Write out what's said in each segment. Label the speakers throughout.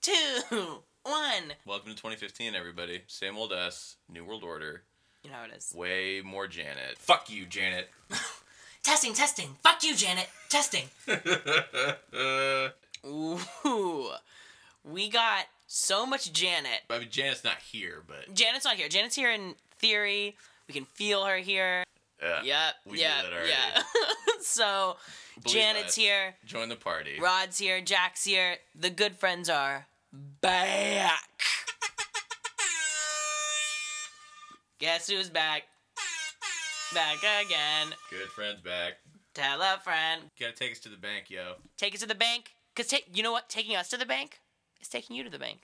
Speaker 1: two, one.
Speaker 2: Welcome to 2015, everybody. Same old us, new world order,
Speaker 1: You know how it is.
Speaker 2: way more Janet. Fuck you, Janet.
Speaker 1: Testing, testing. Fuck you, Janet. Testing.
Speaker 2: Uh,
Speaker 1: Ooh. We got so much Janet.
Speaker 2: I mean, Janet's not here, but
Speaker 1: Janet's not here. Janet's here in theory. We can feel her here.
Speaker 2: uh,
Speaker 1: Yep.
Speaker 2: we did
Speaker 1: yep.
Speaker 2: that already.
Speaker 1: Yeah. so
Speaker 2: Believe
Speaker 1: Janet's
Speaker 2: us.
Speaker 1: here.
Speaker 2: Join the party.
Speaker 1: Rod's here. Jack's here. The good friends are back. Guess who's back? Back again.
Speaker 2: Good friends back.
Speaker 1: Tell a friend.
Speaker 2: Gotta take us to the bank, yo.
Speaker 1: Take us to the bank. Cause take you know what? Taking us to the bank is taking you to the bank.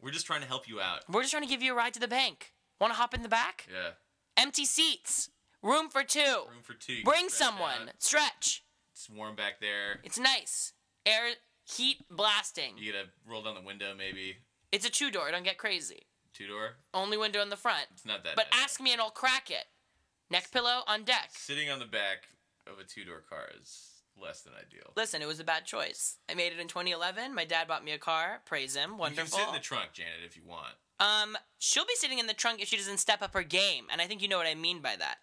Speaker 2: We're just trying to help you out.
Speaker 1: We're just trying to give you a ride to the bank. Wanna hop in the back?
Speaker 2: Yeah.
Speaker 1: Empty seats. Room for two.
Speaker 2: Room for two. You can
Speaker 1: Bring
Speaker 2: stretch
Speaker 1: someone.
Speaker 2: out.
Speaker 1: Stretch.
Speaker 2: It's warm back there.
Speaker 1: It's nice. Air heat blasting.
Speaker 2: You gotta roll down the window, maybe.
Speaker 1: It's a two door, don't get crazy.
Speaker 2: Two door.
Speaker 1: Only window in the front.
Speaker 2: It's not that.
Speaker 1: But
Speaker 2: bad.
Speaker 1: ask me and I'll crack it. Neck pillow on deck.
Speaker 2: Sitting on the back of a two door car is less than ideal.
Speaker 1: Listen, it was a bad choice. I made it in 2011. My dad bought me a car. Praise him.
Speaker 2: You can
Speaker 1: Wonderful.
Speaker 2: sit in the trunk, Janet, if you want.
Speaker 1: um, she'll be sitting in the trunk if she doesn't step up her game, and I think you know what I mean by that.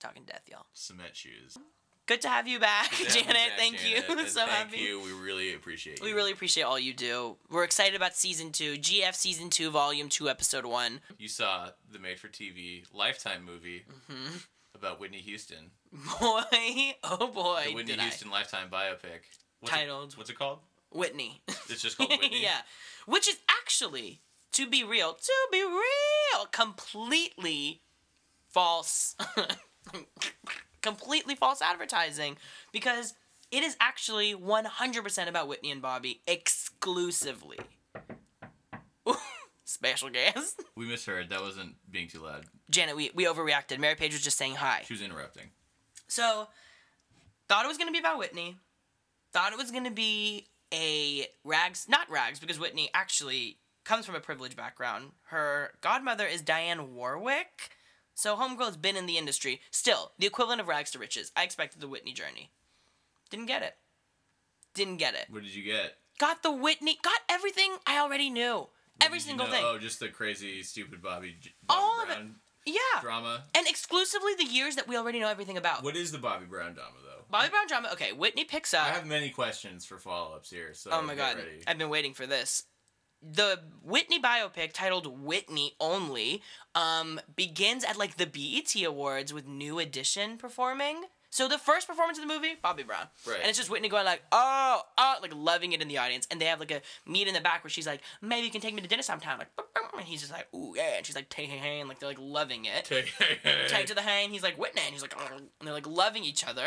Speaker 1: Talking death, y'all.
Speaker 2: Cement shoes.
Speaker 1: Good to have you back,
Speaker 2: Good to
Speaker 1: Janet.
Speaker 2: have you back,
Speaker 1: thank you.
Speaker 2: Janet, and
Speaker 1: so
Speaker 2: thank
Speaker 1: happy.
Speaker 2: you. We really appreciate you.
Speaker 1: We really appreciate all you do. We're excited about season two, GF season two, volume two, episode one.
Speaker 2: You saw the made for TV Lifetime movie
Speaker 1: Mm-hmm.
Speaker 2: about Whitney Houston.
Speaker 1: Boy, oh boy,
Speaker 2: The Whitney
Speaker 1: did
Speaker 2: Houston Lifetime biopic. What's
Speaker 1: Titled-
Speaker 2: It, what's it called?
Speaker 1: I. Whitney.
Speaker 2: It's just called Whitney.
Speaker 1: yeah, which is actually, to be real, to be real, completely false, completely false advertising because it is actually 100% about Whitney and Bobby exclusively. Special guest.
Speaker 2: We misheard. That wasn't being too loud.
Speaker 1: Janet, we, we overreacted. Mary Page was just saying hi.
Speaker 2: She was interrupting.
Speaker 1: So, thought it was going to be about Whitney. Thought it was going to be a rags, not rags, because Whitney actually comes from a privileged background. Her godmother is Diane Warwick. So, Homegirl's been in the industry. Still, the equivalent of rags to riches. I expected the Whitney journey. Didn't get it. Didn't get it.
Speaker 2: What did you get?
Speaker 1: Got the Whitney, got everything I already knew. Every
Speaker 2: Did you
Speaker 1: single
Speaker 2: know-
Speaker 1: thing.
Speaker 2: Oh, just the crazy, stupid Bobby, J- Bobby
Speaker 1: All of it.
Speaker 2: Brown
Speaker 1: yeah.
Speaker 2: drama.
Speaker 1: And exclusively the years that we already know everything about.
Speaker 2: What is the Bobby Brown drama though?
Speaker 1: Bobby Brown drama. Okay, Whitney picks up.
Speaker 2: I have many questions for follow ups here. So
Speaker 1: Oh my
Speaker 2: get
Speaker 1: god,
Speaker 2: ready.
Speaker 1: I've been waiting for this. The Whitney biopic titled Whitney Only um, begins at like the BET Awards with New Edition performing. So the first performance of the movie, Bobby Brown,
Speaker 2: Right.
Speaker 1: and it's just Whitney going like, oh, oh, like loving it in the audience, and they have like a meet in the back where she's like, maybe you can take me to dinner sometime, like, "Bum, bum," and he's just like, ooh yeah, and she's like, hey hey hey, and like they're like loving it tied to the hay, and he's like Whitney, and he's like, "Ugh," and they're like loving each other.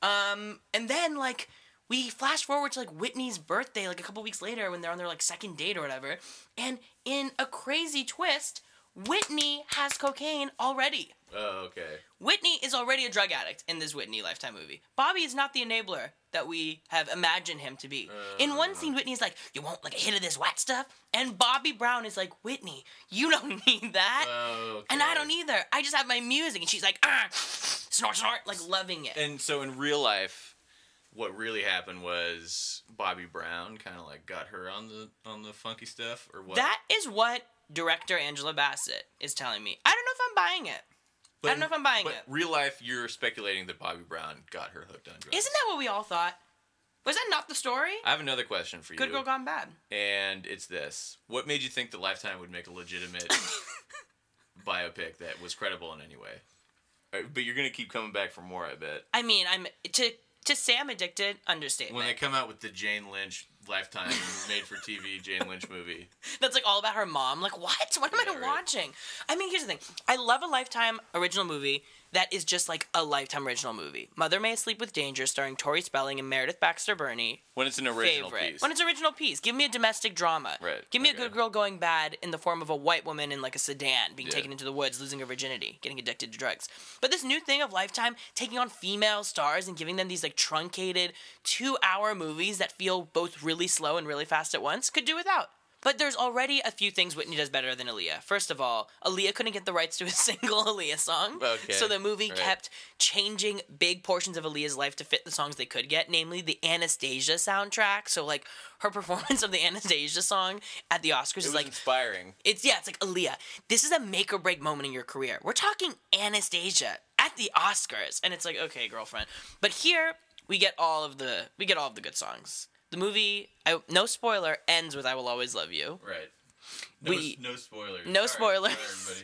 Speaker 1: Um, and then like we flash forward to like Whitney's birthday, like a couple weeks later when they're on their like second date or whatever, and in a crazy twist, Whitney has cocaine already.
Speaker 2: oh okay.
Speaker 1: Whitney is already a drug addict in this Whitney Lifetime movie. Bobby is not the enabler that we have imagined him to be. in one scene, Whitney's like, "You want like a hit of this whack stuff," and Bobby Brown is like, "Whitney, you don't need that."
Speaker 2: Oh.
Speaker 1: And I
Speaker 2: okay.
Speaker 1: don't either. I just have my music. And she's like, ah, snort, snort, like loving it.
Speaker 2: And so in real life, what really happened was Bobby Brown kind of like got her on the on the funky stuff or what?
Speaker 1: That is what director Angela Bassett is telling me. I don't know if I'm buying it.
Speaker 2: But
Speaker 1: I don't know if I'm buying
Speaker 2: but
Speaker 1: it.
Speaker 2: Real life, you're speculating that Bobby Brown got her hooked on drugs.
Speaker 1: Isn't that what we all thought? Was that not the story?
Speaker 2: I have another question for
Speaker 1: Good
Speaker 2: you.
Speaker 1: Girl Gone Bad.
Speaker 2: And it's this: What made you think the Lifetime would make a legitimate biopic that was credible in any way? Uh, But you're gonna keep coming back for more, I bet.
Speaker 1: I mean, I'm to to say I'm addicted, understatement.
Speaker 2: When they come out with the Jane Lynch Lifetime made for TV Jane Lynch movie,
Speaker 1: That's like all about her mom. Like, what? What am
Speaker 2: Yeah,
Speaker 1: I
Speaker 2: right.
Speaker 1: watching? I mean, here's the thing. I love a Lifetime original movie that is just like a Lifetime original movie. Mother May Sleep with Danger, starring Tori Spelling and Meredith Baxter Burney,
Speaker 2: when it's an original
Speaker 1: favorite.
Speaker 2: piece,
Speaker 1: When it's original piece, give me a domestic drama.
Speaker 2: Right,
Speaker 1: Give me
Speaker 2: okay.
Speaker 1: a good girl going bad in the form of a white woman in like a sedan being
Speaker 2: Yeah.
Speaker 1: taken into the woods, losing her virginity, getting addicted to drugs. But this new thing of Lifetime taking on female stars and giving them these like truncated two-hour movies that feel both really slow and really fast at once could do without. But there's already a few things Whitney does better than Aaliyah. First of all, Aaliyah couldn't get the rights to a single Aaliyah song.
Speaker 2: Okay,
Speaker 1: So the movie
Speaker 2: right.
Speaker 1: kept changing big portions of Aaliyah's life to fit the songs they could get, namely the Anastasia soundtrack. So like her performance of the Anastasia song at the Oscars
Speaker 2: It
Speaker 1: is
Speaker 2: was
Speaker 1: like
Speaker 2: inspiring.
Speaker 1: it's yeah, it's like Aaliyah. This is a make or break moment in your career. We're talking Anastasia at the Oscars, and it's like okay, girlfriend. But here we get all of the we get all of the good songs. The movie, I, no spoiler, ends with "I will always love you."
Speaker 2: Right. No,
Speaker 1: We-
Speaker 2: s- no spoilers.
Speaker 1: No
Speaker 2: Sorry. Sorry,
Speaker 1: spoilers.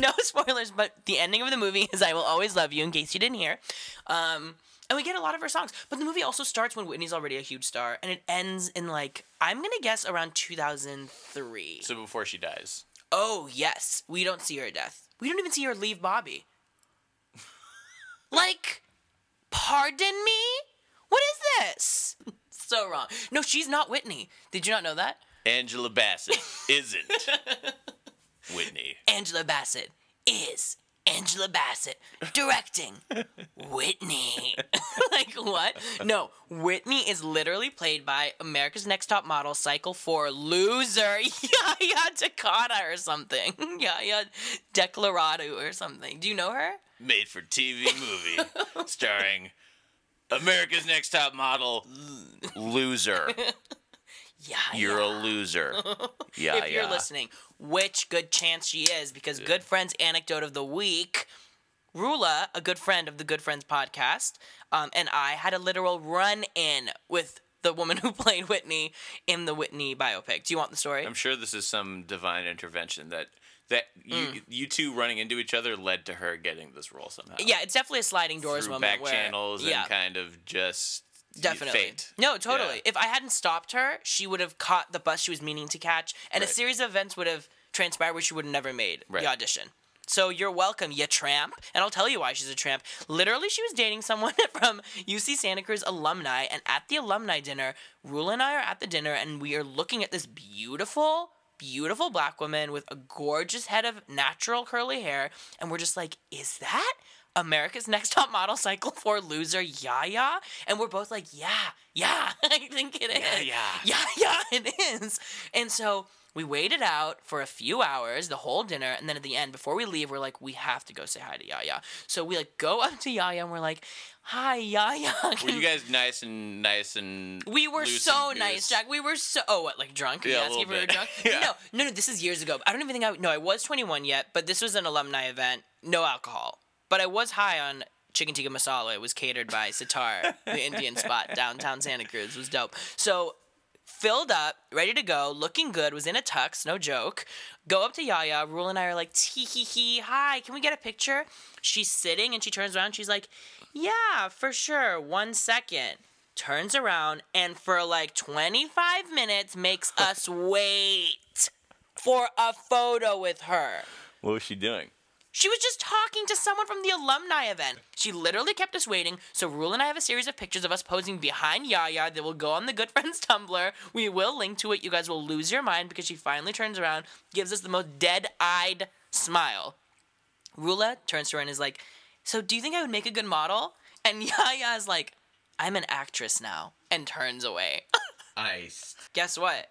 Speaker 1: no spoilers, but the ending of the movie is I Will Always Love You, in case you didn't hear. Um, and we get a lot of her songs. But the movie also starts when Whitney's already a huge star, and it ends in like, I'm going to guess around 2003.
Speaker 2: So before she dies.
Speaker 1: oh, yes. We don't see her death. We don't even see her leave Bobby. like, pardon me? What is this? so wrong. No, she's not Whitney. Did you not know that?
Speaker 2: Angela Bassett isn't Whitney.
Speaker 1: Angela Bassett is Angela Bassett directing Whitney. like what? No, Whitney is literally played by America's Next Top Model cycle four loser Yaya Takata or something. Yaya Declarado or something. Do you know her?
Speaker 2: Made for TV movie starring America's Next Top Model loser.
Speaker 1: Yeah.
Speaker 2: You're a loser. Yeah,
Speaker 1: if you're
Speaker 2: yeah.
Speaker 1: listening, which good chance she is, because Good Friends Anecdote of the Week, Rula, a good friend of the Good Friends podcast, um, and I had a literal run in with the woman who played Whitney in the Whitney biopic. Do you want the story?
Speaker 2: I'm sure this is some divine intervention that that you
Speaker 1: Mm.
Speaker 2: you two running into each other led to her getting this role somehow.
Speaker 1: yeah, it's definitely a sliding doors
Speaker 2: through
Speaker 1: moment.
Speaker 2: back
Speaker 1: where,
Speaker 2: channels
Speaker 1: yeah,
Speaker 2: and kind of just
Speaker 1: definitely.
Speaker 2: fate.
Speaker 1: No, totally.
Speaker 2: Yeah.
Speaker 1: If I hadn't stopped her, she would have caught the bus she was meaning to catch, and a
Speaker 2: Right.
Speaker 1: series of events would have transpired where she would have never made
Speaker 2: Right.
Speaker 1: the audition. So you're welcome, you tramp. And I'll tell you why she's a tramp. Literally, she was dating someone from UC Santa Cruz alumni, and at the alumni dinner, Rula and I are at the dinner, and we are looking at this beautiful, beautiful black woman with a gorgeous head of natural curly hair, and we're just like, is that America's Next Top Model Cycle 4 loser Yaya? And we're both like, yeah, yeah, I think it is.
Speaker 2: yeah.
Speaker 1: Yeah, yeah, it is. And so we waited out for a few hours, the whole dinner, and then at the end, before we leave, we're like, we have to go say hi to Yaya. So we like go up to Yaya and we're like, hi, Yaya.
Speaker 2: Were you guys nice and nice and
Speaker 1: we were
Speaker 2: loose
Speaker 1: so
Speaker 2: and
Speaker 1: nice,
Speaker 2: goose?
Speaker 1: Jack. We were so oh, what like drunk? Are
Speaker 2: Yeah,
Speaker 1: you
Speaker 2: a
Speaker 1: asking if
Speaker 2: little
Speaker 1: we were
Speaker 2: bit.
Speaker 1: drunk?
Speaker 2: Yeah.
Speaker 1: No, no, no. This is years ago. I don't even think I no. I was 21 yet, but this was an alumni event. No alcohol, but I was high on chicken tikka masala. It was catered by Sitar, the Indian spot downtown Santa Cruz. It was dope. So filled up, ready to go, looking good, was in a tux, no joke. Go up to Yaya, Rule and I are like, tee hee hee, hi, can we get a picture? She's sitting and she turns around, she's like, yeah, for sure, one second. Turns around and for like 25 minutes makes us wait for a photo with her.
Speaker 2: What was she doing?
Speaker 1: She was just talking to someone from the alumni event. She literally kept us waiting, so Rule and I have a series of pictures of us posing behind Yaya that will go on the Good Friends Tumblr. We will link to it. You guys will lose your mind because she finally turns around, gives us the most dead eyed smile. Rula turns to her and is like, So do you think I would make a good model? And Yaya is like, I'm an actress now, and turns away.
Speaker 2: Iced.
Speaker 1: Guess what?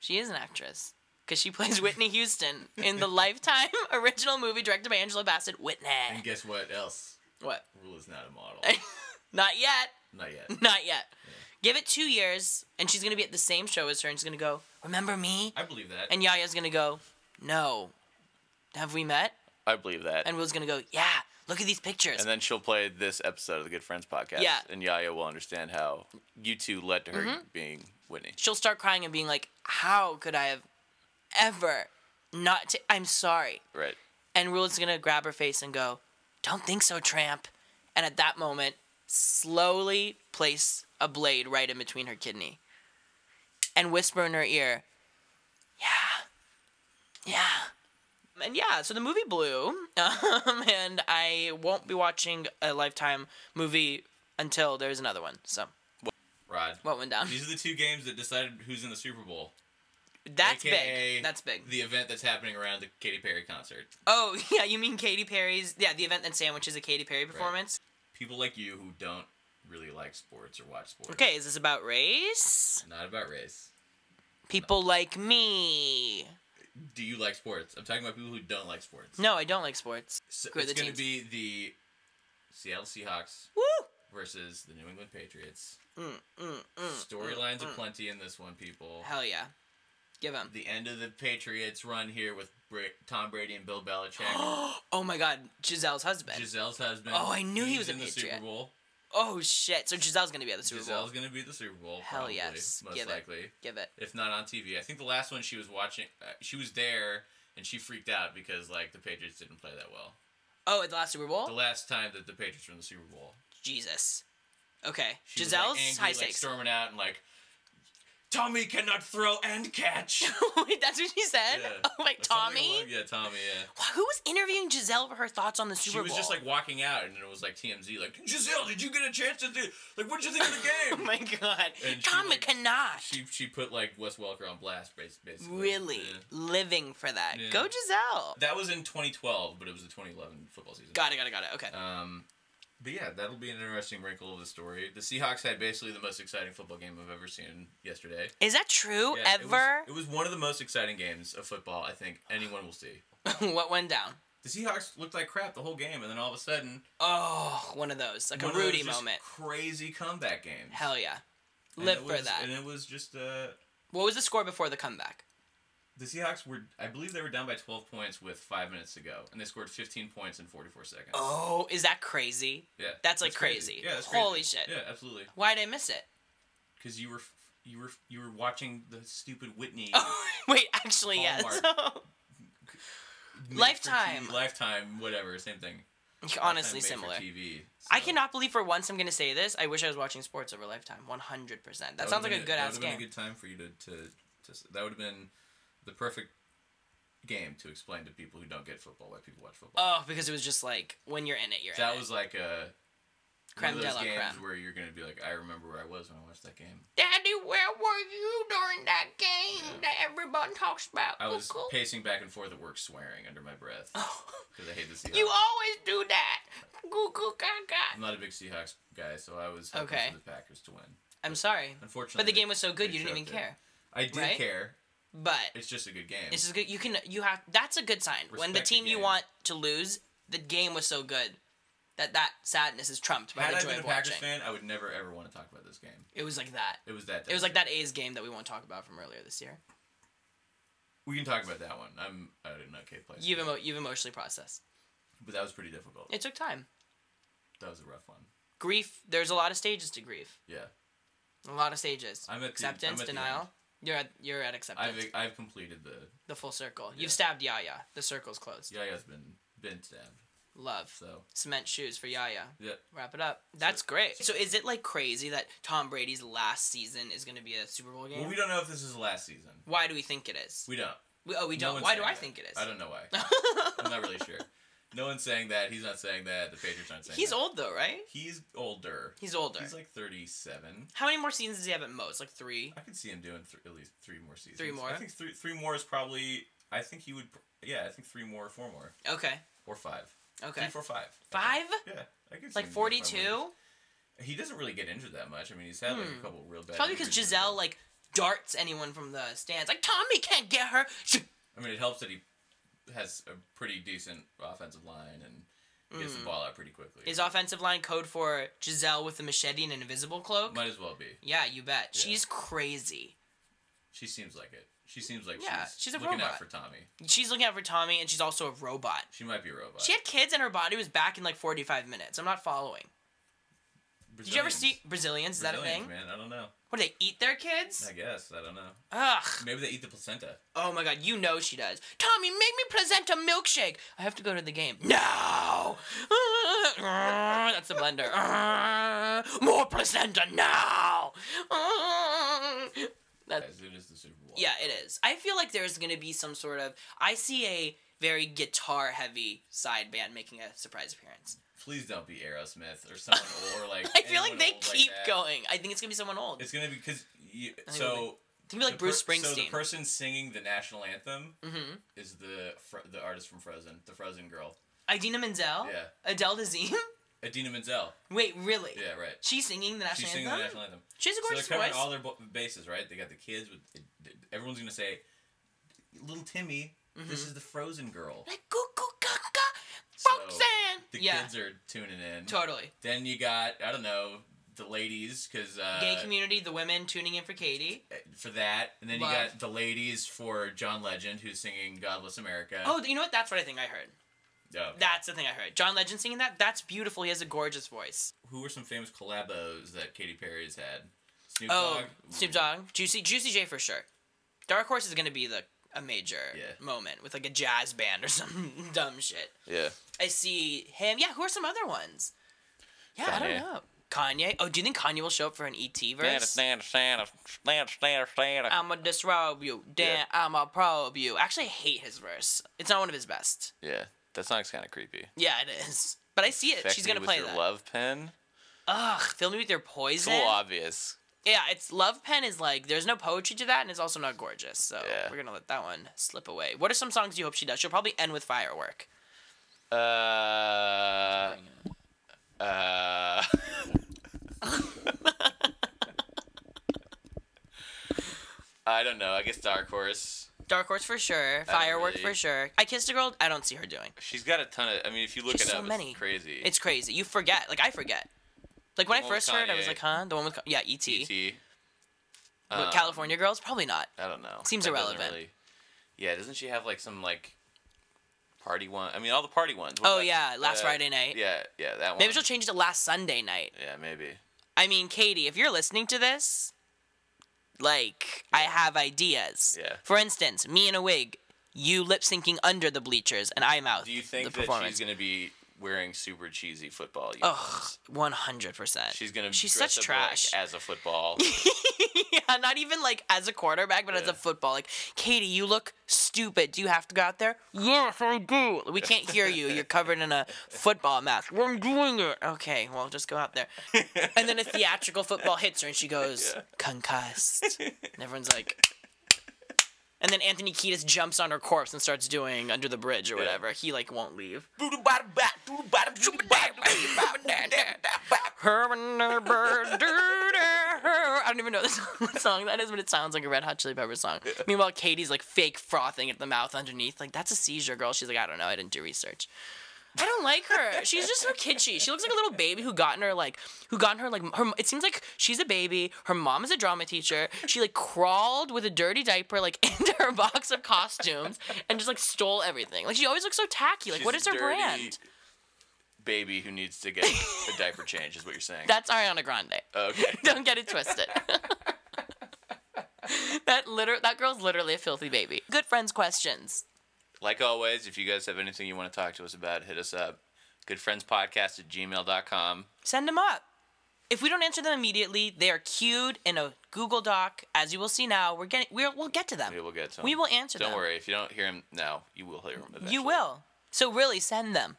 Speaker 1: She is an actress. Because she plays Whitney Houston in the Lifetime original movie directed by Angela Bassett, Whitney.
Speaker 2: guess what else?
Speaker 1: What?
Speaker 2: Rule is not a model.
Speaker 1: Not yet.
Speaker 2: Not yet.
Speaker 1: Not yet. Give it two years, and she's gonna be at the same show as her, and she's gonna go, "Remember me?"
Speaker 2: I believe that.
Speaker 1: And Yaya's gonna go, "No, have we met?"
Speaker 2: I believe that. And,
Speaker 1: And Will's gonna go, "Yeah, look at these pictures."
Speaker 2: then she'll play this episode of the Good Friends podcast.
Speaker 1: Yeah. Mm-hmm.
Speaker 2: And Yaya will understand how you two led to her being Whitney.
Speaker 1: She'll start crying and being like, "How could I have ever not? i I'm sorry."
Speaker 2: Right.
Speaker 1: And Rule is gonna grab her face and go, Don't think so, tramp. And at that moment, slowly place a blade right in between her kidney and whisper in her ear, Yeah, yeah. And yeah, so the movie blew. Um, and I won't be watching a Lifetime movie until there's another one. So,
Speaker 2: Rod.
Speaker 1: what went down?
Speaker 2: are the two games that decided who's in the Super Bowl.
Speaker 1: That's big. That's big.
Speaker 2: The event that's happening around the Katy Perry concert.
Speaker 1: Oh, yeah, you mean Katy Perry's, yeah, the event that sandwiches a Katy Perry performance?
Speaker 2: People like you who don't really like sports or watch sports.
Speaker 1: Okay, is this about race?
Speaker 2: Not about race.
Speaker 1: People like me.
Speaker 2: Do you like sports? I'm talking about people who don't like sports.
Speaker 1: No, I don't like sports.
Speaker 2: So
Speaker 1: Who are
Speaker 2: it's
Speaker 1: the
Speaker 2: going to
Speaker 1: teams?
Speaker 2: be the Seattle Seahawks
Speaker 1: Woo!
Speaker 2: versus the New England Patriots.
Speaker 1: Mm, mm, mm,
Speaker 2: Storylines
Speaker 1: mm,
Speaker 2: aplenty in this one, people.
Speaker 1: Hell yeah. Give them.
Speaker 2: The end of the Patriots run here with Bra- Tom Brady and Bill Belichick.
Speaker 1: oh my god, Giselle's husband.
Speaker 2: Giselle's husband.
Speaker 1: Oh, I knew he
Speaker 2: He's
Speaker 1: was a
Speaker 2: in the
Speaker 1: Patriot.
Speaker 2: Super Bowl.
Speaker 1: oh shit, so Giselle's gonna be at the Super
Speaker 2: Giselle's
Speaker 1: Bowl.
Speaker 2: gonna be at the Super Bowl.
Speaker 1: Hell
Speaker 2: probably,
Speaker 1: yes.
Speaker 2: most
Speaker 1: Give it.
Speaker 2: likely.
Speaker 1: Give it.
Speaker 2: if not on TV. I think the last one she was watching, uh, she was there and she freaked out because like the Patriots didn't play that well.
Speaker 1: Oh, at the last Super Bowl?
Speaker 2: The last time that the Patriots were in the Super Bowl,
Speaker 1: Jesus. Okay.
Speaker 2: she
Speaker 1: Giselle's
Speaker 2: was, like, angry,
Speaker 1: high
Speaker 2: like,
Speaker 1: stakes.
Speaker 2: storming out and like, Tommy cannot throw and catch.
Speaker 1: Wait, that's what she said?
Speaker 2: Yeah.
Speaker 1: Oh, wait,
Speaker 2: Or something
Speaker 1: Tommy?
Speaker 2: along- yeah, Tommy. Yeah.
Speaker 1: Wha- Who was interviewing Giselle for her thoughts on the Super
Speaker 2: she was
Speaker 1: Bowl?
Speaker 2: just like walking out, and it was like TMZ, like Giselle, did you get a chance to do? Like, what did you think of
Speaker 1: oh
Speaker 2: the game?
Speaker 1: my god.
Speaker 2: And she,
Speaker 1: Tommy
Speaker 2: like-
Speaker 1: cannot.
Speaker 2: she she put like Wes Welker on blast, bas- basically.
Speaker 1: really
Speaker 2: Yeah.
Speaker 1: living for that.
Speaker 2: Yeah.
Speaker 1: Go Giselle.
Speaker 2: That was in 2012, but it was the 2011 football season.
Speaker 1: Got it, got it, got it. Okay.
Speaker 2: Um, but yeah, that'll be an interesting wrinkle of the story. The Seahawks had basically the most exciting football game I've ever seen yesterday.
Speaker 1: Is that true?
Speaker 2: Yeah, it was-
Speaker 1: Ever?
Speaker 2: It was, one of the most exciting games of football I think anyone will see.
Speaker 1: what went down?
Speaker 2: The Seahawks looked like crap the whole game, and then all of a sudden,
Speaker 1: Oh, one of those. Like
Speaker 2: one
Speaker 1: a
Speaker 2: of those
Speaker 1: Rudy
Speaker 2: just
Speaker 1: moment.
Speaker 2: crazy comeback games.
Speaker 1: Hell yeah.
Speaker 2: And
Speaker 1: Live
Speaker 2: it
Speaker 1: for
Speaker 2: was-
Speaker 1: that.
Speaker 2: And it was just uh,
Speaker 1: What was the score before the comeback?
Speaker 2: the Seahawks were, I believe, they were down by 12 points with five minutes to go, and they scored 15 points in 44 seconds.
Speaker 1: Oh, is that crazy?
Speaker 2: yeah,
Speaker 1: that's, like, crazy.
Speaker 2: Yeah, that's
Speaker 1: Holy
Speaker 2: crazy.
Speaker 1: shit.
Speaker 2: Yeah, absolutely.
Speaker 1: Why'd I miss it?
Speaker 2: Because you were, f- you were, you were watching the stupid Whitney.
Speaker 1: Oh, wait, actually, yes.
Speaker 2: Made for
Speaker 1: Lifetime.
Speaker 2: TV, lifetime, whatever, same thing.
Speaker 1: Honestly,
Speaker 2: Lifetime
Speaker 1: similar.
Speaker 2: made for TV.
Speaker 1: I
Speaker 2: so
Speaker 1: cannot believe for once I'm going to say this. I wish I was watching sports over Lifetime. 100%. That,
Speaker 2: would've
Speaker 1: sounds like
Speaker 2: been
Speaker 1: a good ass
Speaker 2: That
Speaker 1: game.
Speaker 2: would have been a good time for you to to, to s- that would have been the perfect game to explain to people who don't get football why people watch football.
Speaker 1: Oh, because it was just like when you're in it, you're in
Speaker 2: that
Speaker 1: it.
Speaker 2: was like a
Speaker 1: Creme
Speaker 2: one
Speaker 1: de
Speaker 2: of
Speaker 1: la
Speaker 2: those games
Speaker 1: creme.
Speaker 2: where you're gonna be like, I remember where I was when I watched that game.
Speaker 1: Daddy, where were you during that game that everyone talks about?
Speaker 2: I was
Speaker 1: Cuckoo?
Speaker 2: pacing back and forth at work, swearing under my breath because I hate the Seahawks.
Speaker 1: Oh. you always do that. Cuckoo,
Speaker 2: I'm
Speaker 1: caca.
Speaker 2: not a big Seahawks guy, so I was hoping
Speaker 1: Okay.
Speaker 2: for the Packers to win.
Speaker 1: I'm sorry.
Speaker 2: Unfortunately,
Speaker 1: But the
Speaker 2: they-
Speaker 1: game was so good
Speaker 2: they
Speaker 1: you didn't even
Speaker 2: choked it.
Speaker 1: care.
Speaker 2: I did
Speaker 1: right?
Speaker 2: care.
Speaker 1: But
Speaker 2: It's just a good game.
Speaker 1: This is good. You can you have that's a good sign. when the
Speaker 2: Respect the
Speaker 1: team you
Speaker 2: game.
Speaker 1: want to lose, the game was so good that that sadness is trumped by
Speaker 2: Had
Speaker 1: the
Speaker 2: I
Speaker 1: joy
Speaker 2: been a
Speaker 1: of
Speaker 2: Packers
Speaker 1: watching.
Speaker 2: fan, I would never ever want to talk about this game.
Speaker 1: It was like that.
Speaker 2: It was that.
Speaker 1: It was like that A's game that we won't talk about from earlier this year.
Speaker 2: We can talk about that one. I'm at an okay place.
Speaker 1: You've emo- you've emotionally processed.
Speaker 2: but that was pretty difficult.
Speaker 1: It took time.
Speaker 2: That was a rough one.
Speaker 1: Grief. There's a lot of stages to grief.
Speaker 2: Yeah,
Speaker 1: A lot of stages.
Speaker 2: I'm at the-
Speaker 1: acceptance,
Speaker 2: I'm at the
Speaker 1: denial.
Speaker 2: end.
Speaker 1: You're at you're at acceptance.
Speaker 2: I've I've completed the
Speaker 1: the full circle.
Speaker 2: Yeah.
Speaker 1: You've stabbed Yaya. The circle's closed.
Speaker 2: Yaya's been been stabbed.
Speaker 1: Love.
Speaker 2: So
Speaker 1: Cement shoes for Yaya.
Speaker 2: yeah,
Speaker 1: Wrap it up. That's great. So is it like crazy that Tom Brady's last season is going to be a Super Bowl game?
Speaker 2: well, we don't know if this is the last season.
Speaker 1: Why do we think it is?
Speaker 2: We don't.
Speaker 1: We, oh, we
Speaker 2: No
Speaker 1: don't.
Speaker 2: one's
Speaker 1: Why do
Speaker 2: saying
Speaker 1: I
Speaker 2: that.
Speaker 1: think it is?
Speaker 2: I don't know why. I'm not really sure. No one's saying that. He's not saying that. The Patriots aren't saying.
Speaker 1: He's
Speaker 2: that.
Speaker 1: old though, right?
Speaker 2: He's older.
Speaker 1: He's older.
Speaker 2: He's like 37.
Speaker 1: How many more seasons does he have at most? Like three.
Speaker 2: I could see him doing th- at least three more seasons.
Speaker 1: more?
Speaker 2: I think three three more is probably. I think he would. pr- Yeah, I think three more, four more,
Speaker 1: Okay.
Speaker 2: or five.
Speaker 1: Okay.
Speaker 2: Three, four, five. I
Speaker 1: Five?
Speaker 2: think. Yeah, I could see
Speaker 1: Like
Speaker 2: him doing
Speaker 1: forty
Speaker 2: five
Speaker 1: two?
Speaker 2: movies. He doesn't really get injured that much. I mean, he's had like
Speaker 1: Hmm.
Speaker 2: a couple real bad.
Speaker 1: Probably because
Speaker 2: injuries.
Speaker 1: Giselle like darts anyone from the stands. Like Tommy can't get her.
Speaker 2: I mean, it helps that he has a pretty decent offensive line and gets the ball out pretty quickly.
Speaker 1: Hmm. Is Mm. offensive line code for Giselle with a machete and an invisible cloak?
Speaker 2: Might as well be.
Speaker 1: yeah, you bet.
Speaker 2: Yeah.
Speaker 1: She's crazy.
Speaker 2: She seems like it. She seems like
Speaker 1: Yeah,
Speaker 2: she's,
Speaker 1: she's a
Speaker 2: looking
Speaker 1: robot.
Speaker 2: out for Tommy.
Speaker 1: She's looking out for Tommy, and she's also a robot.
Speaker 2: She might be a robot.
Speaker 1: She had kids, and her body was back in like forty five minutes. I'm not following. Did you ever see Brazilians? Is that a thing?
Speaker 2: Man, I don't know.
Speaker 1: What do they eat their kids?
Speaker 2: I guess I don't know.
Speaker 1: Ugh.
Speaker 2: Maybe they eat the placenta.
Speaker 1: Oh my god, you know she does. Tommy, make me present a milkshake. I have to go to the game. No! That's the blender. More placenta now! That,
Speaker 2: As it is the Super Bowl.
Speaker 1: Uh, yeah, it is. I feel like there's gonna be some sort of. I see a very guitar heavy side band making a surprise appearance.
Speaker 2: Please don't be Aerosmith or someone old or like.
Speaker 1: I feel like
Speaker 2: anyone
Speaker 1: they
Speaker 2: old
Speaker 1: keep
Speaker 2: that.
Speaker 1: going. I think it's gonna be someone old. It's
Speaker 2: It's gonna be because you,
Speaker 1: think it'll
Speaker 2: so.
Speaker 1: gonna be like
Speaker 2: the per-
Speaker 1: Bruce
Speaker 2: So the
Speaker 1: Springsteen.
Speaker 2: person singing the national anthem
Speaker 1: mm-hmm.
Speaker 2: is the fr- the artist from Frozen, the Frozen girl.
Speaker 1: Idina Menzel?
Speaker 2: Yeah.
Speaker 1: Adele Dazeem?
Speaker 2: Adina Menzel.
Speaker 1: Wait, really?
Speaker 2: Yeah, right.
Speaker 1: She's singing the national
Speaker 2: She's singing
Speaker 1: anthem.
Speaker 2: the national anthem.
Speaker 1: She has a
Speaker 2: So they're
Speaker 1: gorgeous
Speaker 2: covering
Speaker 1: voice.
Speaker 2: all their bo- bases, right? They got the kids with
Speaker 3: everyone's gonna say, "Little Timmy,
Speaker 1: Mm-hmm.
Speaker 3: this is the Frozen girl."
Speaker 1: Like cuckoo
Speaker 3: So,
Speaker 1: caca, Roxanne.
Speaker 3: The
Speaker 1: yeah,
Speaker 3: kids are tuning in.
Speaker 1: totally.
Speaker 3: Then you got I don't know the ladies because uh, eh,
Speaker 1: Gay community, the women tuning in for Katie.
Speaker 3: for that, and then you
Speaker 1: Love.
Speaker 3: got the ladies for John Legend who's singing "God Bless America."
Speaker 1: Oh, you know what? That's what I think I heard.
Speaker 3: Oh.
Speaker 1: That's the thing I heard. John Legend singing that. That's beautiful. He has a gorgeous voice.
Speaker 3: Who were some famous collabos that Katy Perry has had? Snoop
Speaker 1: Oh,
Speaker 3: Dogg.
Speaker 1: Snoop Dogg, Juicy, Juicy J for sure. Dark Horse is gonna be the a major
Speaker 3: Yeah.
Speaker 1: moment with like a jazz band or some dumb shit.
Speaker 2: Yeah.
Speaker 1: I see him. Yeah, who are some other ones? Yeah, I
Speaker 2: Kanye.
Speaker 1: don't know. Kanye. Oh, do you think Kanye will show up for an ET
Speaker 2: Santa,
Speaker 1: verse?
Speaker 2: Santa, Santa, Santa, Santa, Santa.
Speaker 1: I'ma disrobe you, then
Speaker 2: Yeah.
Speaker 1: I'ma probe you. Actually, I hate his verse. It's not one of his best.
Speaker 2: Yeah, that song's kind of creepy.
Speaker 1: Yeah, it is. But I see it.
Speaker 2: Infect
Speaker 1: She's
Speaker 2: me
Speaker 1: gonna
Speaker 2: with
Speaker 1: play
Speaker 2: your
Speaker 1: that.
Speaker 2: love pen.
Speaker 1: Ugh, fill me with your
Speaker 2: It's
Speaker 1: poison.
Speaker 2: a little obvious.
Speaker 1: Yeah, it's love pen is like there's no poetry to that, and it's also not gorgeous. So
Speaker 2: Yeah.
Speaker 1: we're gonna let that one slip away. What are some songs you hope she does? She'll probably end with firework.
Speaker 2: Uh. Uh. I don't know. I guess Dark Horse.
Speaker 1: Dark Horse for sure.
Speaker 2: don't
Speaker 1: Firework
Speaker 2: really-
Speaker 1: for sure. I kissed a girl. I don't see her doing.
Speaker 2: She's got a ton of. I mean, if you look
Speaker 1: She's
Speaker 2: it
Speaker 1: so
Speaker 2: up,
Speaker 1: many.
Speaker 2: it's crazy.
Speaker 1: It's crazy. You forget. Like I forget. Like when I
Speaker 2: The one with
Speaker 1: first heard, I was
Speaker 2: Kanye. E
Speaker 1: like, huh? The one with Ka- yeah, E.T.
Speaker 2: E.T.
Speaker 1: But
Speaker 2: Um,
Speaker 1: California Girls, probably not.
Speaker 2: I don't know.
Speaker 1: Seems
Speaker 2: That doesn't
Speaker 1: irrelevant.
Speaker 2: Yeah, doesn't she have like some like party one? I mean, all the party ones. What
Speaker 1: Oh
Speaker 2: about,
Speaker 1: yeah, last
Speaker 2: uh,
Speaker 1: Friday night.
Speaker 2: Yeah, yeah, that one.
Speaker 1: Maybe she'll change it to last Sunday night.
Speaker 2: Yeah, maybe.
Speaker 1: I mean, Katie, if you're listening to this, like, I have ideas.
Speaker 2: Yeah.
Speaker 1: For instance, me in a wig, you lip syncing under the bleachers, and I'm out.
Speaker 2: Do you think
Speaker 1: the
Speaker 2: that
Speaker 1: performance?
Speaker 2: she's gonna be wearing super cheesy football?
Speaker 1: Ugh,
Speaker 2: uniforms?
Speaker 1: one hundred percent.
Speaker 2: She's gonna.
Speaker 1: She's
Speaker 2: dress
Speaker 1: such
Speaker 2: up, like,
Speaker 1: trash.
Speaker 2: as a football.
Speaker 1: yeah, not even like as a quarterback, but as
Speaker 2: Yeah.
Speaker 1: a football. Like, Katie, you look stupid. Do you have to go out there? Yes, I do. We can't hear you. You're covered in a football mask. I'm doing it. Okay, well, just go out there. And then a theatrical football hits her, and she goes concussed. And everyone's like. And then Anthony Kiedis jumps on her corpse and starts doing Under the Bridge or whatever. He like won't leave. I don't even know the song- what song that is, but it sounds like a Red Hot Chili Peppers song. Meanwhile, Katie's like fake frothing at the mouth underneath. Like that's a seizure, girl. She's like, I don't know. I didn't do research. I don't like her. She's just so kitschy. She looks like a little baby who got in her like who got in her like her. It seems like she's a baby. Her mom is a drama teacher. She like crawled with a dirty diaper like into her box of costumes and just like stole everything. Like she always looks so tacky. Like
Speaker 2: She's
Speaker 1: what
Speaker 2: a
Speaker 1: is her
Speaker 2: dirty
Speaker 1: brand?
Speaker 2: Baby who needs to get a diaper change is what you're saying.
Speaker 1: That's Ariana Grande.
Speaker 2: okay.
Speaker 1: Don't get it twisted. that liter- that girl's literally a filthy baby. Good friends questions.
Speaker 2: Like always, if you guys have anything you want to talk to us about, hit us up. Goodfriendspodcast at gmail.com.
Speaker 1: Send them up. If we don't answer them immediately, they are queued in a Google Doc. As you will see now, we're getting we're, we'll get to them.
Speaker 2: We will get to 'em.
Speaker 1: We will answer
Speaker 2: Don't
Speaker 1: them.
Speaker 2: worry. If you don't hear him now, you will hear him eventually.
Speaker 1: You will. So really send them.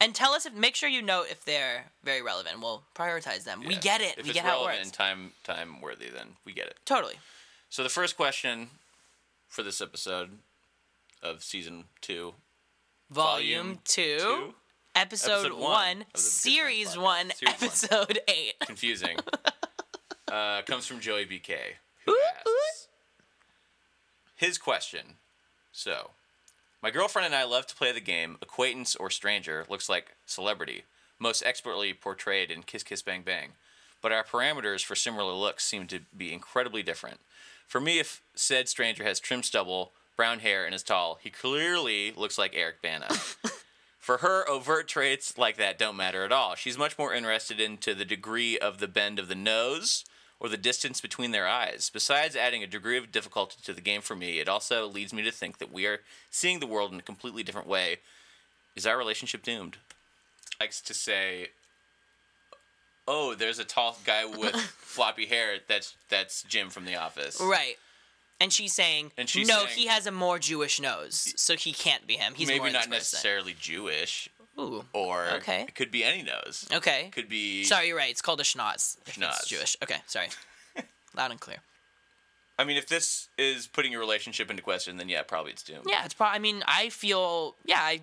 Speaker 1: And tell us if make sure you know if they're very relevant. We'll prioritize them. We
Speaker 2: Yeah.
Speaker 1: get it.
Speaker 2: If
Speaker 1: we
Speaker 2: it's
Speaker 1: get how
Speaker 2: relevant
Speaker 1: it works.
Speaker 2: and time time worthy, then we get it.
Speaker 1: totally.
Speaker 2: So the first question for this episode of season two,
Speaker 1: Volume,
Speaker 2: Volume
Speaker 1: two,
Speaker 2: two?
Speaker 1: episode,
Speaker 2: Episode one
Speaker 1: one,
Speaker 2: of the Good Friends
Speaker 1: series
Speaker 2: podcast.
Speaker 1: one,
Speaker 2: Series one.
Speaker 1: episode eight.
Speaker 2: confusing, uh, comes from Joey BK, who
Speaker 1: Ooh,
Speaker 2: asks his question. So, my girlfriend and I love to play the game acquaintance or stranger looks like celebrity, most expertly portrayed in Kiss Kiss Bang Bang. But our parameters for similar looks seem to be incredibly different. For me, if said stranger has trim stubble, brown hair, and is tall, he clearly looks like Eric Bana. For her, overt traits like that don't matter at all. She's much more interested into the degree of the bend of the nose or the distance between their eyes. Besides adding a degree of difficulty to the game for me, it also leads me to think that we are seeing the world in a completely different way. Is our relationship doomed? Likes to say, "Oh, there's a tall guy with floppy hair. That's that's Jim from The Office."
Speaker 1: Right. And she's saying,
Speaker 2: And she's
Speaker 1: no,
Speaker 2: saying-
Speaker 1: he has a more Jewish nose, so he can't be him. He's more
Speaker 2: Maybe
Speaker 1: this
Speaker 2: not
Speaker 1: person."
Speaker 2: necessarily Jewish,
Speaker 1: Ooh.
Speaker 2: or
Speaker 1: Okay.
Speaker 2: it could be any nose.
Speaker 1: Okay.
Speaker 2: Could be
Speaker 1: Sorry, you're right. It's called a schnoz. if
Speaker 2: Schnoz.
Speaker 1: It's Jewish. Okay, sorry. Loud and clear.
Speaker 2: I mean, if this is putting your relationship into question, then yeah, probably it's doomed.
Speaker 1: Yeah, it's probably. I mean, I feel. Yeah, I.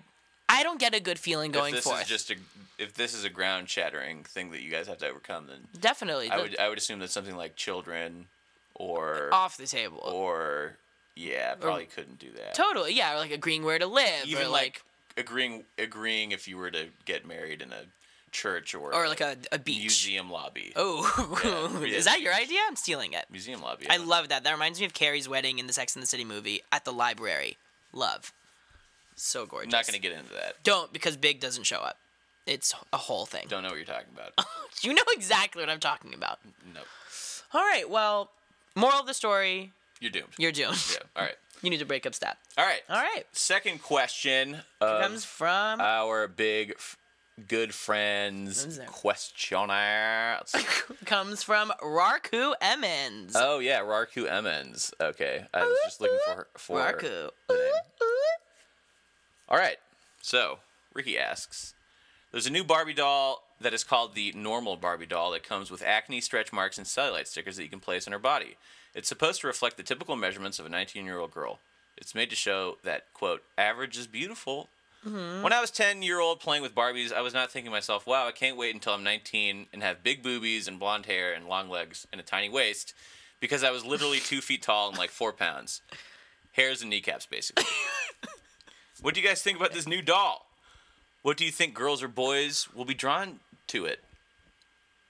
Speaker 1: I don't get a good feeling going
Speaker 2: if this
Speaker 1: forth.
Speaker 2: is just a if this is a ground shattering thing that you guys have to overcome, then
Speaker 1: Definitely.
Speaker 2: I
Speaker 1: the-
Speaker 2: would I would assume that something like children or
Speaker 1: off the table.
Speaker 2: or yeah, probably couldn't do that.
Speaker 1: totally, yeah, or like agreeing where to live,
Speaker 2: Even
Speaker 1: or
Speaker 2: like, agreeing agreeing if you were to get married in a church or
Speaker 1: or like a, a beach.
Speaker 2: museum lobby.
Speaker 1: Oh,
Speaker 2: Yeah, yeah.
Speaker 1: is that your idea? I'm stealing it.
Speaker 2: Museum lobby.
Speaker 1: I love that. That reminds me of Carrie's wedding in the Sex and the City movie at the library. Love, so
Speaker 2: I'm
Speaker 1: gorgeous.
Speaker 2: not gonna get into that.
Speaker 1: Don't because Big doesn't show up. It's a whole thing.
Speaker 2: Don't know what you're talking about.
Speaker 1: You know exactly what I'm talking about.
Speaker 2: nope.
Speaker 1: All right. Well, moral of the story:
Speaker 2: You're doomed.
Speaker 1: you're doomed.
Speaker 2: yeah. All right.
Speaker 1: You need to break up stat.
Speaker 2: All right.
Speaker 1: All right.
Speaker 2: Second question of
Speaker 1: Comes from
Speaker 2: our big f- good friends
Speaker 1: Who's that?
Speaker 2: questionnaires.
Speaker 1: comes from Rarku Emmons.
Speaker 2: oh yeah, Raku Emmons. Okay, I was just looking for her, for
Speaker 1: Rarku.
Speaker 2: the name. All right. So, Ricky asks There's a new Barbie doll that is called the normal Barbie doll that comes with acne, stretch marks, and cellulite stickers that you can place on her body. It's supposed to reflect the typical measurements of a 19 year old girl. It's made to show that, quote, average is beautiful. When I was 10 year old playing with Barbies, I was not thinking to myself, wow, I can't wait until I'm 19 and have big boobies and blonde hair and long legs and a tiny waist because I was literally two feet tall and like four pounds. Hairs and kneecaps, basically. What do you guys think about this new doll? What do you think girls or boys will be drawn to it?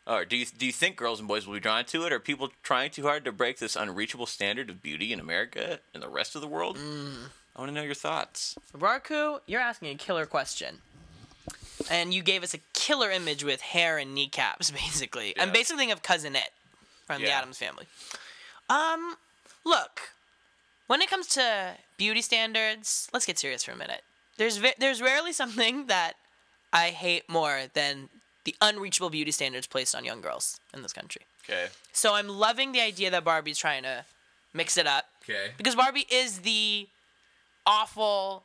Speaker 2: Or do you do you think girls and boys will be drawn to it? Are people trying too hard to break this unreachable standard of beauty in America and the rest of the world?
Speaker 3: Mm.
Speaker 2: I want to know your thoughts.
Speaker 1: Rarku, you're asking a killer question. And you gave us a killer image with hair and kneecaps, basically. I'm
Speaker 2: Yeah.
Speaker 1: basically thinking of Cousin It from the
Speaker 2: Yeah.
Speaker 1: Adams family. Um, look, when it comes to beauty standards, let's get serious for a minute. There's ve- there's rarely something that I hate more than the unreachable beauty standards placed on young girls in this country.
Speaker 2: Okay.
Speaker 1: So I'm loving the idea that Barbie's trying to mix it up
Speaker 3: Okay.
Speaker 1: because Barbie is the awful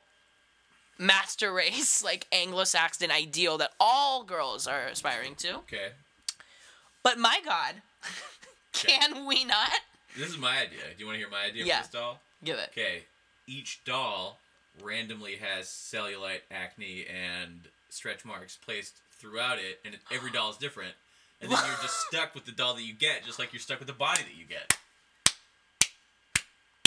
Speaker 1: master race, like Anglo-Saxon ideal that all girls are aspiring to.
Speaker 3: Okay.
Speaker 1: But my God, can we not
Speaker 3: This is my idea. Do you want to hear my idea
Speaker 1: Yeah.
Speaker 3: for this doll?
Speaker 1: give it?
Speaker 3: Okay. Each doll randomly has cellulite, acne, and stretch marks placed throughout it, and every doll is different. And then you're just stuck with the doll that you get, just like you're stuck with the body that you get.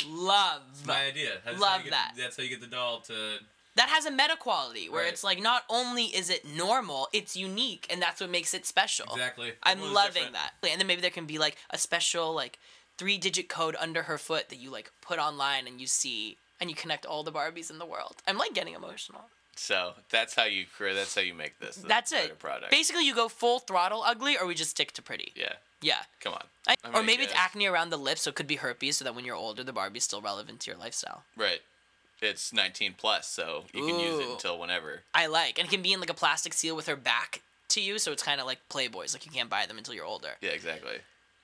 Speaker 1: Love
Speaker 3: My idea. That's how you
Speaker 1: Love
Speaker 3: get-
Speaker 1: that.
Speaker 3: That's how you get the doll to.
Speaker 1: that has a meta quality where
Speaker 3: Right.
Speaker 1: it's like not only is it normal, it's unique, and that's what makes it special.
Speaker 3: Exactly.
Speaker 1: Oh, I'm
Speaker 3: Everyone's
Speaker 1: loving
Speaker 3: different.
Speaker 1: that. And then maybe there can be like a special like three-digit code under her foot that you like put online and you see and you connect all the Barbies in the world. I'm like getting emotional.
Speaker 2: So that's how you create. That's how you make this. the
Speaker 1: That's
Speaker 2: better
Speaker 1: it.
Speaker 2: Product.
Speaker 1: Basically, you go full throttle ugly, or we just stick to pretty.
Speaker 2: yeah.
Speaker 1: Yeah.
Speaker 2: Come on.
Speaker 1: I,
Speaker 2: I'm
Speaker 1: or
Speaker 2: gonna
Speaker 1: maybe it's
Speaker 2: guess.
Speaker 1: acne around the lips, so it could be herpes, so that when you're older, the Barbie's still relevant to your lifestyle.
Speaker 2: Right. It's 19 plus, so you can use it
Speaker 1: Ooh.
Speaker 2: until whenever.
Speaker 1: I like, and it can be in like a plastic seal with her back to you, so it's kind of like Playboys, like you can't buy them until you're older.
Speaker 2: Yeah. Exactly.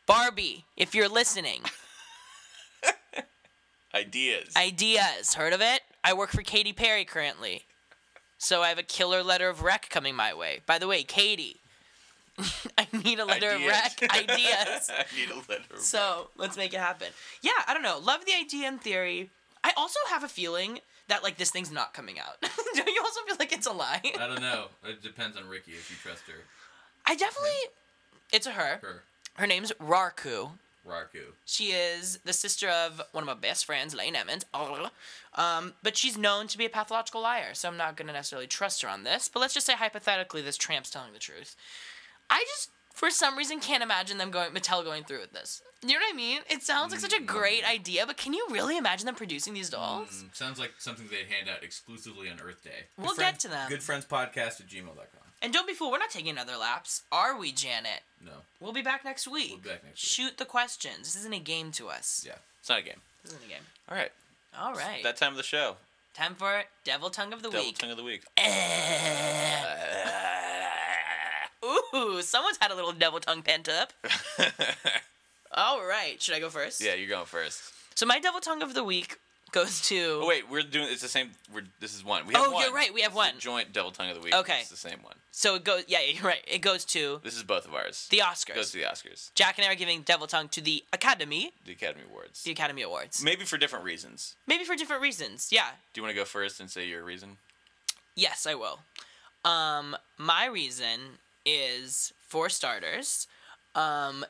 Speaker 1: Barbie, if you're listening,
Speaker 2: Ideas.
Speaker 1: ideas, heard of it? I work for Katy Perry currently, so I have a killer letter of rec coming my way. By the way, Katie, I need a letter
Speaker 2: Ideas.
Speaker 1: of rec. Ideas.
Speaker 2: I need a letter.
Speaker 1: So let's make it happen. Yeah, I don't know. Love the idea in theory. I also have a feeling that like this thing's not coming out. Don't you also feel like it's a lie?
Speaker 2: Uh,
Speaker 3: I don't know. It depends on Ricky if you trust her.
Speaker 1: I definitely. It's a her.
Speaker 3: Her.
Speaker 1: Her name's Rarku.
Speaker 3: Raku.
Speaker 1: She is the sister of one of my best friends, Lane Emmons. Um, but she's known to be a pathological liar, so I'm not going to necessarily trust her on this. But let's just say hypothetically, this tramp's telling the truth. I just, for some reason, can't imagine them going, Mattel going through with this. You know what I mean? It sounds like such a great idea, but can you really imagine them producing these dolls?
Speaker 3: Mm, sounds like something they'd hand out exclusively on Earth Day.
Speaker 1: We'll
Speaker 3: Good friend-
Speaker 1: get to them.
Speaker 3: Good friends podcast at gmail.com.
Speaker 1: And don't be fooled, we're not taking another lapse, are we, Janet?
Speaker 3: No.
Speaker 1: We'll be back next week.
Speaker 3: We'll be back next week.
Speaker 1: Shoot the questions. This isn't a game to us.
Speaker 3: Yeah.
Speaker 2: It's not a game.
Speaker 1: This isn't a game.
Speaker 2: All right.
Speaker 1: All right.
Speaker 2: That time of the show.
Speaker 1: Time for Devil Tongue of the
Speaker 2: Double
Speaker 1: Week.
Speaker 2: tongue of the week.
Speaker 1: Ooh, someone's had a little devil tongue pent up. All right, should I go first?
Speaker 2: yeah, you're going first.
Speaker 1: So my devil tongue of the week goes to.
Speaker 2: Oh wait, we're doing it's the same. We're this is one. We have
Speaker 1: Oh,
Speaker 2: one.
Speaker 1: you're right, we have
Speaker 2: It's the
Speaker 1: one.
Speaker 2: joint double tongue of the week.
Speaker 1: Okay.
Speaker 2: it's the same one.
Speaker 1: So it goes. Yeah, you're right. It goes to
Speaker 2: This is both of ours.
Speaker 1: the Oscars.
Speaker 2: goes to the Oscars,
Speaker 1: Jack and I are giving devil tongue to the Academy,
Speaker 2: the Academy Awards.
Speaker 1: the Academy Awards.
Speaker 2: Maybe for different reasons.
Speaker 1: Maybe for different reasons. Yeah.
Speaker 2: Do you want to go first and say your reason?
Speaker 1: Yes, I will. Um, my reason is for starters, um,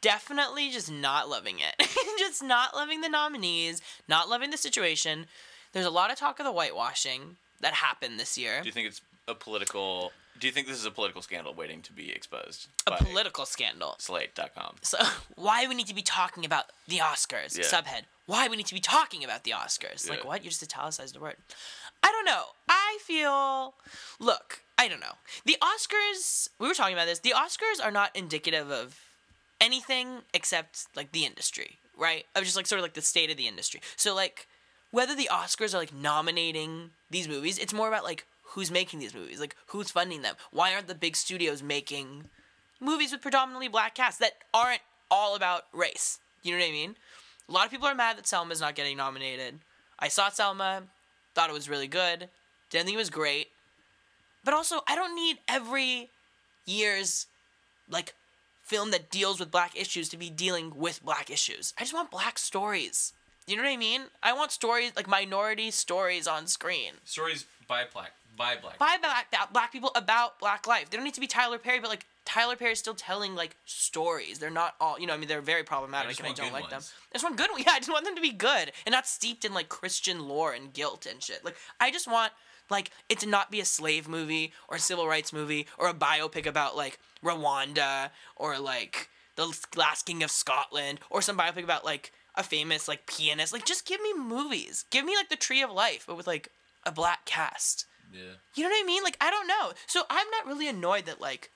Speaker 1: definitely just not loving it. just not loving the nominees, not loving the situation. There's a lot of talk of the whitewashing that happened this year.
Speaker 4: Do you think it's a political? Do you think this is a political scandal waiting to be exposed?
Speaker 1: A
Speaker 4: by
Speaker 1: political scandal.
Speaker 4: Slate.com.
Speaker 1: So why we need to be talking about the Oscars?
Speaker 4: Yeah.
Speaker 1: Subhead. Why we need to be talking about the Oscars? Like
Speaker 4: Yeah.
Speaker 1: what? You just italicized the word. I don't know. I feel. Look, I don't know. The Oscars. We were talking about this. The Oscars are not indicative of anything except like the industry, right? Of just like sort of like the state of the industry. So like whether the Oscars are like nominating these movies, it's more about like who's making these movies, like who's funding them. Why aren't the big studios making movies with predominantly black casts that aren't all about race? You know what I mean? A lot of people are mad that Selma's not getting nominated. I saw Selma, thought it was really good, didn't think it was great. But also, I don't need every year's like film that deals with black issues to be dealing with black issues. I just want black stories. You know what I mean? I want stories like minority stories on screen
Speaker 2: Stories by black, by black.
Speaker 1: by black that uh, black people about black life. They don't need to be Tyler Perry, but like Tyler Perry is still telling like stories. They're not all you know. I mean, they're very problematic,
Speaker 2: I just
Speaker 1: and I
Speaker 2: want
Speaker 1: don't
Speaker 2: good
Speaker 1: like them.
Speaker 2: ones.
Speaker 1: I just want good. Yeah, I just want them to be good and not steeped in like Christian lore and guilt and shit. Like I just want like it to not be a slave movie or a civil rights movie or a biopic about like Rwanda or like the last king of Scotland or some biopic about like a famous like pianist. Like just give me movies. Give me like the Tree of Life, but with like a black cast.
Speaker 2: yeah.
Speaker 1: You know what I mean? Like I don't know. So I'm not really annoyed that like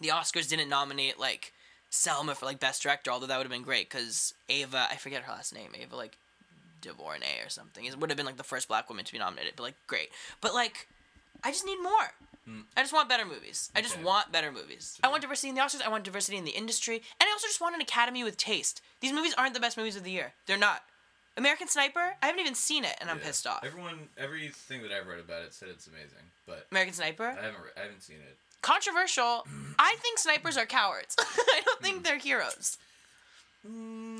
Speaker 1: the Oscars didn't nominate like Selma for like best director, although that would have been great because Ava, I forget her last name, Ava like DuVernay or something, it would have been like the first black woman to be nominated. But like great, but like I just need more. I just want better movies. I just
Speaker 2: Hmm. Okay.
Speaker 1: want better movies. I want diversity in the Oscars. I want diversity in the industry, and I also just want an Academy with taste. These movies aren't the best movies of the year. They're not. American Sniper, I haven't even seen it, and I'm
Speaker 2: Yeah.
Speaker 1: pissed off.
Speaker 2: Everyone, everything that I've read about it said it's amazing, but
Speaker 1: American Sniper.
Speaker 2: I haven't, re- I haven't seen it.
Speaker 1: controversial. I think snipers are cowards. I don't think they're heroes.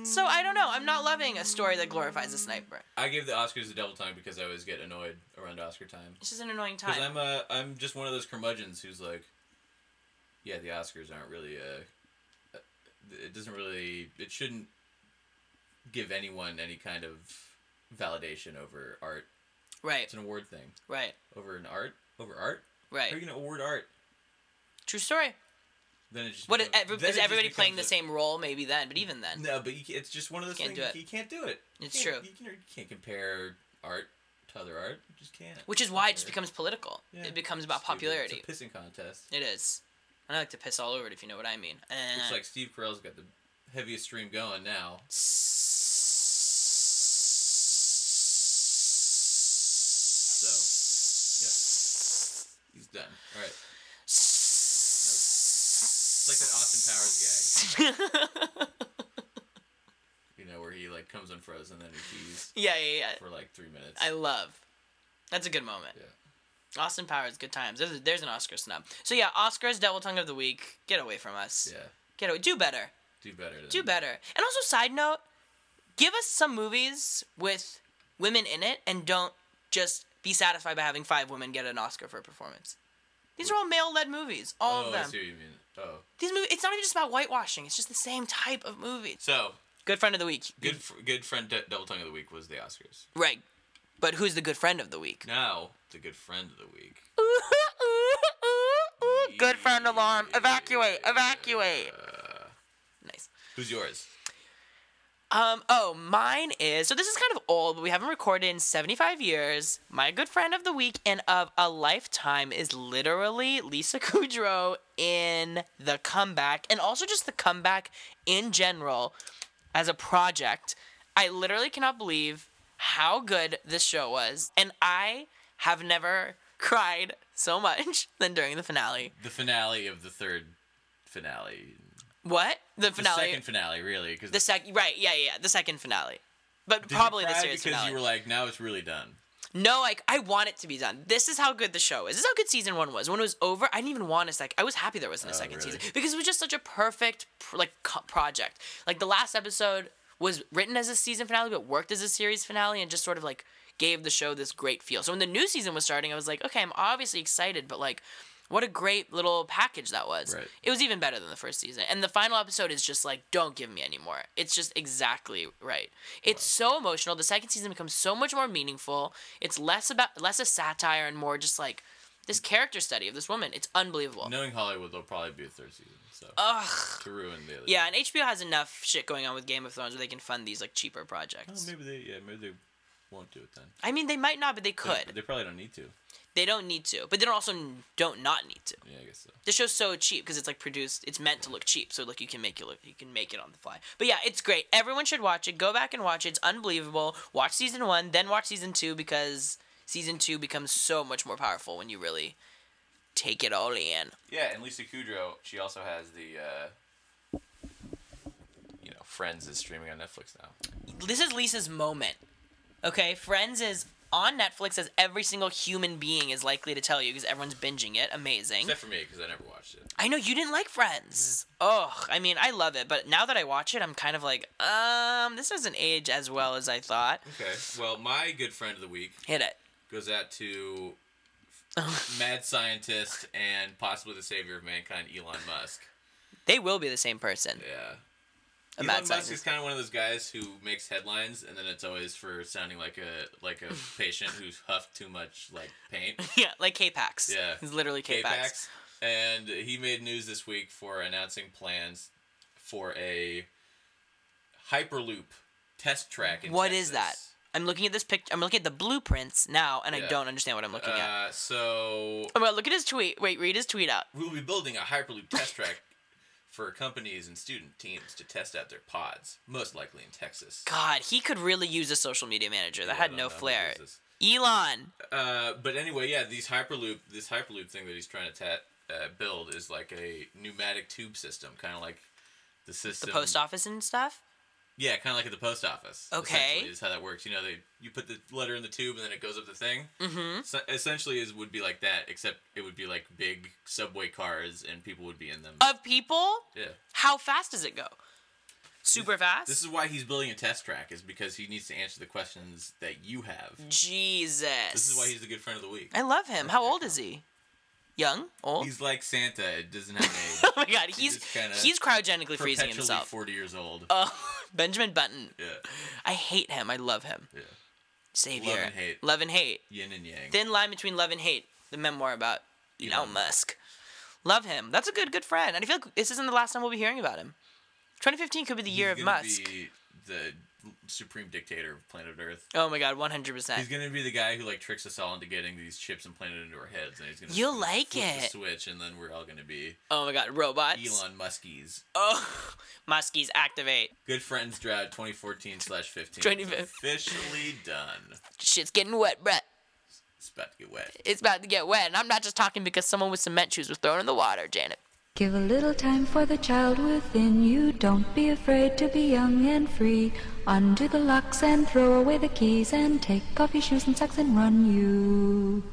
Speaker 1: So I don't know. I'm not loving a story that glorifies a sniper.
Speaker 2: I give the Oscars a double time because I always get annoyed around Oscar time.
Speaker 1: It's just an annoying
Speaker 2: Because
Speaker 1: time.
Speaker 2: I'm a, I'm just one of those curmudgeons who's like, yeah, the Oscars aren't really uh uh, it doesn't really, it shouldn't give anyone any kind of validation over art.
Speaker 1: right,
Speaker 2: It's an award thing.
Speaker 1: right,
Speaker 2: Over an art, over art. How are
Speaker 1: right.
Speaker 2: you gonna award art?
Speaker 1: True story.
Speaker 2: Then it just
Speaker 1: What is,
Speaker 2: becomes-
Speaker 1: every,
Speaker 2: then it
Speaker 1: is
Speaker 2: just
Speaker 1: everybody playing the
Speaker 2: becomes a-
Speaker 1: same role? Maybe then, but even then,
Speaker 2: No, but you, ca- it's just one of those
Speaker 1: Can't
Speaker 2: things.
Speaker 1: do
Speaker 2: you-
Speaker 1: it.
Speaker 2: You can't do it. You
Speaker 1: It's
Speaker 2: can't-
Speaker 1: true.
Speaker 2: You, can, you can't compare art to other art. You just can't.
Speaker 1: which is why it just
Speaker 2: Fair.
Speaker 1: becomes political.
Speaker 2: Yeah.
Speaker 1: It becomes about
Speaker 2: Stupid.
Speaker 1: popularity.
Speaker 2: It's a pissing contest.
Speaker 1: It is. And I like to piss all over it if you know what I mean.
Speaker 2: Looks
Speaker 1: Eh.
Speaker 2: like Steve Carell's got the heaviest stream going now. So, yep. He's done. All right. It's like that Austin Powers gag, you know, where he like comes unfrozen and then he pees
Speaker 1: yeah, yeah, yeah.
Speaker 2: for like three minutes.
Speaker 1: I love. That's a good moment.
Speaker 2: Yeah.
Speaker 1: Austin Powers, good times. There's, there's an Oscar snub. So yeah, Oscars, Devil Tongue of the Week. Get away from us.
Speaker 2: yeah. Mm-hmm.
Speaker 1: Get away. Do better.
Speaker 2: Do better. Than,
Speaker 1: Do better. And also, side note, give us some movies with women in it, and don't just be satisfied by having five women get an Oscar for a performance. These are all male-led movies. All
Speaker 2: Oh,
Speaker 1: of
Speaker 2: I
Speaker 1: them.
Speaker 2: see what you mean. Oh.
Speaker 1: These movies. It's not even just about whitewashing. It's just the same type of movie.
Speaker 2: So,
Speaker 1: Good friend of the week.
Speaker 2: good fr- good friend d- double tongue of the week was the Oscars.
Speaker 1: Right. But who's the good friend of the week?
Speaker 2: Now, the good friend of the week.
Speaker 1: Good friend alarm. Evacuate. Evacuate.
Speaker 2: Uh,
Speaker 1: Nice.
Speaker 2: who's yours?
Speaker 1: Um, oh, mine is so this is kind of old, but we haven't recorded in 75 years. My good friend of the week and of a lifetime is literally Lisa Kudrow in the comeback and also just the comeback in general as a project. I literally cannot believe how good this show was, and I have never cried so much than during the finale.
Speaker 2: The finale of the third finale.
Speaker 1: What? The
Speaker 2: The
Speaker 1: finale.
Speaker 2: second finale, really, because
Speaker 1: The second, right? Yeah, yeah, yeah, the second finale, but probably the series
Speaker 2: because
Speaker 1: finale.
Speaker 2: you were like, now it's really done.
Speaker 1: no, like I want it to be done. This is how good the show is. This is how good season one was. When it was over, I didn't even want a second. I was happy there wasn't a
Speaker 2: Oh,
Speaker 1: second
Speaker 2: really?
Speaker 1: season because it was just such a perfect pr- like co- project. Like the last episode was written as a season finale, but worked as a series finale, and just sort of like gave the show this great feel. So when the new season was starting, I was like, okay, I'm obviously excited, but like. What a great little package that was.
Speaker 2: Right.
Speaker 1: It was even better than the first season. And the final episode is just like, don't give me any more. It's just exactly right. It's so emotional. The second season becomes so much more meaningful. It's less about less a satire and more just like this character study of this woman. It's unbelievable.
Speaker 2: Knowing Hollywood, there'll probably be a third season. So
Speaker 1: Ugh.
Speaker 2: to ruin the other.
Speaker 1: Uh, Yeah, and HBO has enough shit going on with Game of Thrones where they can fund these like cheaper
Speaker 2: Oh,
Speaker 1: projects.
Speaker 2: maybe they yeah maybe they won't do it then.
Speaker 1: I mean, they might not, but they
Speaker 2: They-
Speaker 1: could.
Speaker 2: They probably don't need to.
Speaker 1: They don't need to, but they don't also n- don't not need to.
Speaker 2: Yeah, I guess so.
Speaker 1: The show's so cheap because it's like produced. It's meant to look cheap, so like you can make it look, you can make it on the fly. But yeah, it's great. Everyone should watch it. Go back and watch it. It's unbelievable. Watch season one, then watch season two because season two becomes so much more powerful when you really take it all in.
Speaker 5: Yeah, and Lisa Kudrow, she also has the, uh, you know, Friends is streaming on Netflix now.
Speaker 1: this is Lisa's moment. Okay, Friends is on Netflix as every single human being is likely to tell you because everyone's binging it. Amazing.
Speaker 2: Except for me because I never watched it.
Speaker 1: I know you didn't like Friends.
Speaker 2: Mm.
Speaker 1: Ugh, I mean, I love it, but now that I watch it, I'm kind of like, um, this doesn't age as well as I thought.
Speaker 2: Okay. Well, my good friend of the week
Speaker 1: Hit it.
Speaker 2: goes out to mad scientist and possibly the savior of mankind, Elon Musk.
Speaker 1: They will be the same person.
Speaker 2: Yeah.
Speaker 1: A
Speaker 2: Elon
Speaker 1: mad
Speaker 2: Musk is
Speaker 1: scientist.
Speaker 2: kind of one of those guys who makes headlines, and then it's always for sounding like a like a patient who's huffed too much like paint.
Speaker 1: yeah, like K-Pax.
Speaker 2: Yeah.
Speaker 1: It's literally K-Pax.
Speaker 2: K-Pax. And he made news this week for announcing plans for a hyperloop test track. in
Speaker 1: What is that?
Speaker 2: Texas.
Speaker 1: I'm looking at this picture. I'm looking at the blueprints now, and I
Speaker 2: Yeah.
Speaker 1: don't understand what I'm looking at.
Speaker 2: Uh, so
Speaker 1: Oh, well, look at his tweet. Wait, read his tweet out.
Speaker 2: we'll be building a hyperloop test track for companies and student teams to test out their pods, most likely in Texas.
Speaker 1: God, he could really use a social media manager that
Speaker 2: I
Speaker 1: had
Speaker 2: don't
Speaker 1: no
Speaker 2: know who
Speaker 1: flair.
Speaker 2: this is.
Speaker 1: Elon.
Speaker 2: Uh, but anyway, yeah, these hyperloop, this hyperloop thing that he's trying to ta- uh, build is like a pneumatic tube system, kind of like
Speaker 1: The
Speaker 2: the system.
Speaker 1: post office and stuff.
Speaker 2: Yeah, kind of like at the post office.
Speaker 1: Okay.
Speaker 2: essentially, is how that works. You know, they you put the letter in the tube and then it goes up the thing.
Speaker 1: Mm-hmm.
Speaker 2: So, essentially, is would be like that, except it would be like big subway cars and people would be in them.
Speaker 1: Of people?
Speaker 2: yeah.
Speaker 1: How fast does it go? Super fast?
Speaker 2: This is why he's building a test track, is because he needs to answer the questions that you have.
Speaker 1: Jesus.
Speaker 2: This is why he's the good friend of the week.
Speaker 1: I love him. How old is he? Young? Old?
Speaker 2: He's like Santa. It doesn't have an age.
Speaker 1: oh my god, he's
Speaker 2: just kinda
Speaker 1: he's cryogenically freezing
Speaker 2: Perpetually
Speaker 1: himself.
Speaker 2: forty years old.
Speaker 1: Oh, Benjamin Button.
Speaker 2: yeah.
Speaker 1: I hate him. I love him.
Speaker 2: Yeah.
Speaker 1: Savior.
Speaker 2: Love and hate.
Speaker 1: Love and hate.
Speaker 2: Yin and yang.
Speaker 1: Thin line between love and hate. The memoir about Elon,
Speaker 2: Elon
Speaker 1: Musk. Love him. That's a good good friend. And I feel like this isn't the last time we'll be hearing about him. 2015 could be the
Speaker 2: He's
Speaker 1: year of
Speaker 2: gonna
Speaker 1: Musk.
Speaker 2: Be the supreme dictator of planet Earth.
Speaker 1: Oh my god,
Speaker 2: He's
Speaker 1: 100%.
Speaker 2: gonna be the guy who like tricks us all into getting these chips implanted into our heads, and he's gonna
Speaker 1: You'll
Speaker 2: flip
Speaker 1: like
Speaker 2: the
Speaker 1: it.
Speaker 2: switch, and then we're all gonna be
Speaker 1: Oh my god, robots.
Speaker 2: Elon Muskies.
Speaker 1: Oh, Muskies activate.
Speaker 2: Good friends drought 2014 slash 15
Speaker 1: 2015.
Speaker 2: officially done.
Speaker 1: Shit's getting wet, Brett.
Speaker 2: It's about to get wet.
Speaker 1: It's about to get wet. And I'm not just talking because someone with cement shoes was thrown in the water, Janet.
Speaker 6: Give a little time for the child within you. Don't be afraid to be young and free. Undo the locks and throw away the keys and take off your shoes and socks and run you.